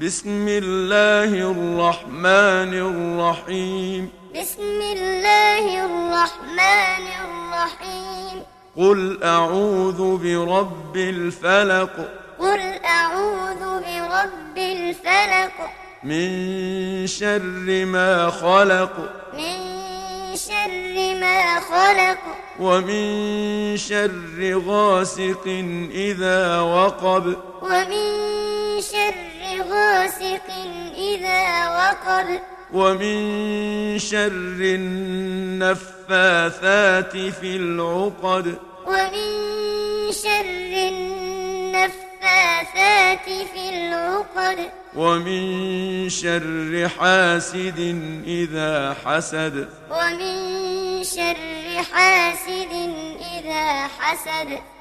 بسم الله الرحمن الرحيم بسم الله الرحمن الرحيم قل أعوذ برب الفلق قل أعوذ برب الفلق من شر ما خلق من شر ما خلق ومن شر غاسق إذا وقب ومن شر غاسق إذا وقب ومن شر النفاثات في العقد ومن شر النفاثات في العقد ومن شر حاسد إذا حسد ومن شر حاسد إذا حسد